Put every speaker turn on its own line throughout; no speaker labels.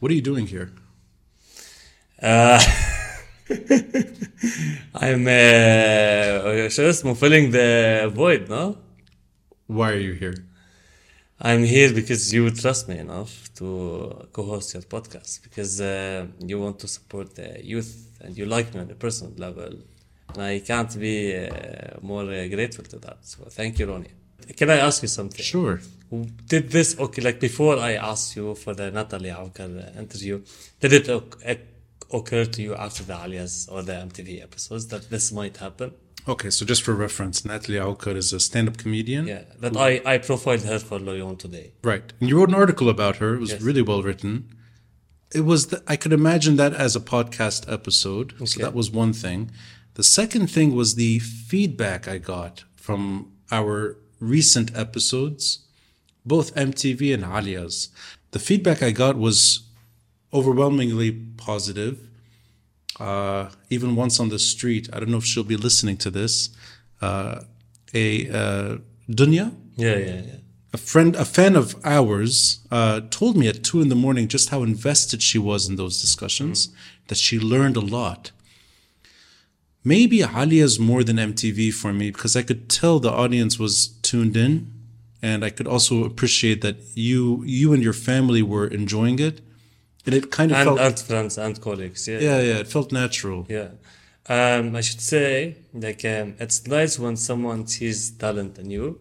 What are you doing here?
Uh, I'm uh, just fulfilling the void, no?
Why are you here?
I'm here because you trust me enough to co-host your podcast because uh, you want to support the youth and you like me on a personal level. And I can't be uh, more uh, grateful to that. So thank you, Ronnie. Can I ask you something?
Sure.
Did this okay? Like before, I asked you for the Natalie Avkar interview. Did it oc- oc- occur to you after the Alias or the MTV episodes that this might happen?
Okay, so just for reference, Natalie Alcott is a stand-up comedian.
Yeah, that I, I profiled her for Loyon today.
Right. And you wrote an article about her. It was
Yes.
really well written. It was the, I could imagine that as a podcast episode. So
Okay.
that was one thing. The second thing was the feedback I got from our recent episodes, both MTV and Alia's. The feedback I got was overwhelmingly positive. Uh, even once on the street, I don't know if she'll be listening to this. Uh, a uh, Dunya,
Yeah, yeah, yeah.
a friend, a fan of ours, uh, told me at two in the morning just how invested she was in those discussions,
Mm-hmm.
that she learned a lot. Maybe Alia's more than MTV for me because I could tell the audience was tuned in, and I could also appreciate that you, you and your family were enjoying it, and it kind of
And,
felt,
and friends and colleagues. Yeah.
yeah, yeah, it felt natural.
Yeah. Um, I should say, like, um, it's nice when someone sees talent in you,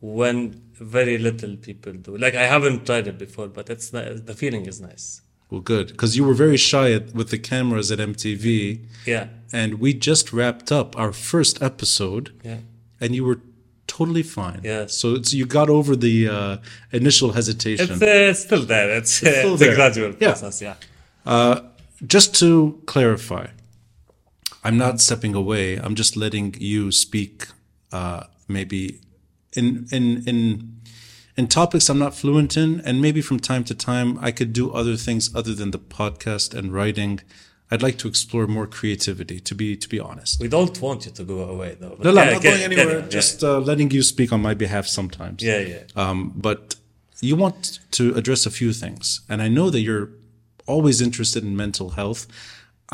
when very little people do. Like, I haven't tried it before, but it's ni- the feeling is nice.
Well, good because you were very shy at, with the cameras at MTV,
Yeah,
and we just wrapped up our first episode.
yeah.
and you were totally fine.
Yeah.
So it's you got over the uh, initial hesitation.
It's, uh, it's still there. It's, uh,
still
it's
there.
a gradual
Yeah.
process. Yeah.
just to clarify, I'm not stepping away. I'm just letting you speak. Uh, maybe in in in in topics I'm not fluent in, and maybe from time to time I could do other things other than the podcast and writing. I'd like to explore more creativity. To be to be honest.
We don't want you to go away, though.
No, no,
Yeah,
I'm not
get-
going anywhere.
get-
just uh, letting you speak on my behalf sometimes.
Yeah, yeah.
Um, but you want to address a few things, and I know that you're always interested in mental health.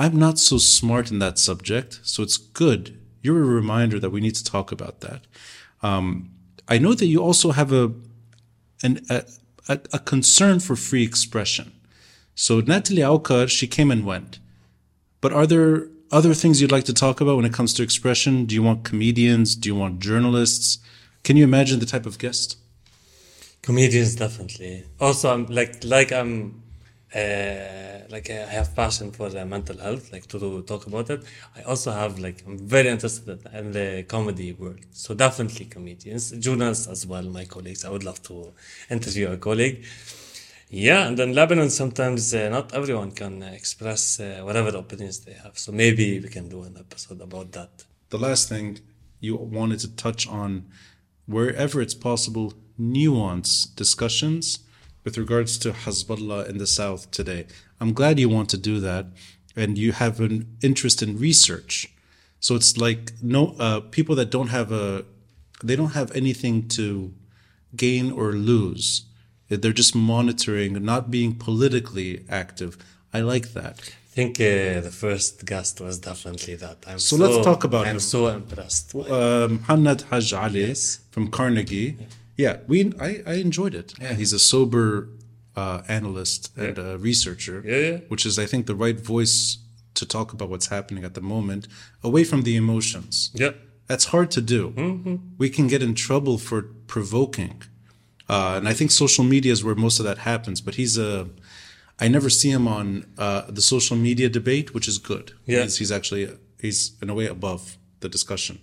I'm not so smart in that subject, so it's good. You're a reminder that we need to talk about that. Um, I know that you also have a an, a, a, a concern for free expression. So Natalie Aukar, she came and went. But are there other things you'd like to talk about when it comes to expression? Do you want comedians? Do you want journalists? Can you imagine the type of guest?
comedians definitely also i'm like like i'm uh, like i have passion for the mental health like to, do- talk about it i also have like i'm very interested in the comedy world so definitely comedians journalists as well my colleagues i would love to interview a colleague yeah and then lebanon sometimes uh, not everyone can uh, express uh, whatever opinions they have so maybe we can do an episode about that
The last thing you wanted to touch on, wherever it's possible, nuance discussions with regards to Hezbollah in the South today. I'm glad you want to do that, and you have an interest in research. So it's like no uh, people that don't have a, they don't have anything to gain or lose. They're just monitoring, not being politically active. I like that.
i think uh, the first guest was definitely that i'm so,
let's talk about
i'm
him.
so impressed by
uh, Muhammad Haj Ali from Carnegie. Yeah, we I, I enjoyed it. Yeah, he's a sober uh, analyst and uh, researcher,
Yeah, yeah.
which is I think the right voice to talk about what's happening at the moment, away from the emotions.
Yeah.
That's hard to do.
Mm-hmm.
We can get in trouble for provoking. Uh, and I think social media is where most of that happens. But he's a, I never see him on uh, the social media debate, which is good.
Yeah.
He's, he's actually, he's in a way above the discussion.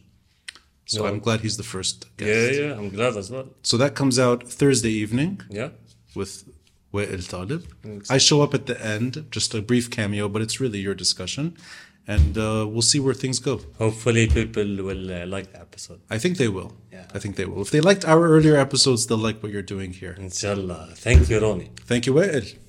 So I'm glad he's the first guest.
Yeah, yeah, I'm glad as well.
So that comes out Thursday evening
Yeah.
with Wa'il Talib. I show up at the end, just a brief cameo, but it's really your discussion. And uh, we'll see where things go.
Hopefully, people will uh, like the episode.
I think they will.
Yeah.
I think they will. If they liked our earlier episodes, they'll like what you're doing here.
Inshallah. Thank you, Ronnie.
Thank you, Wael.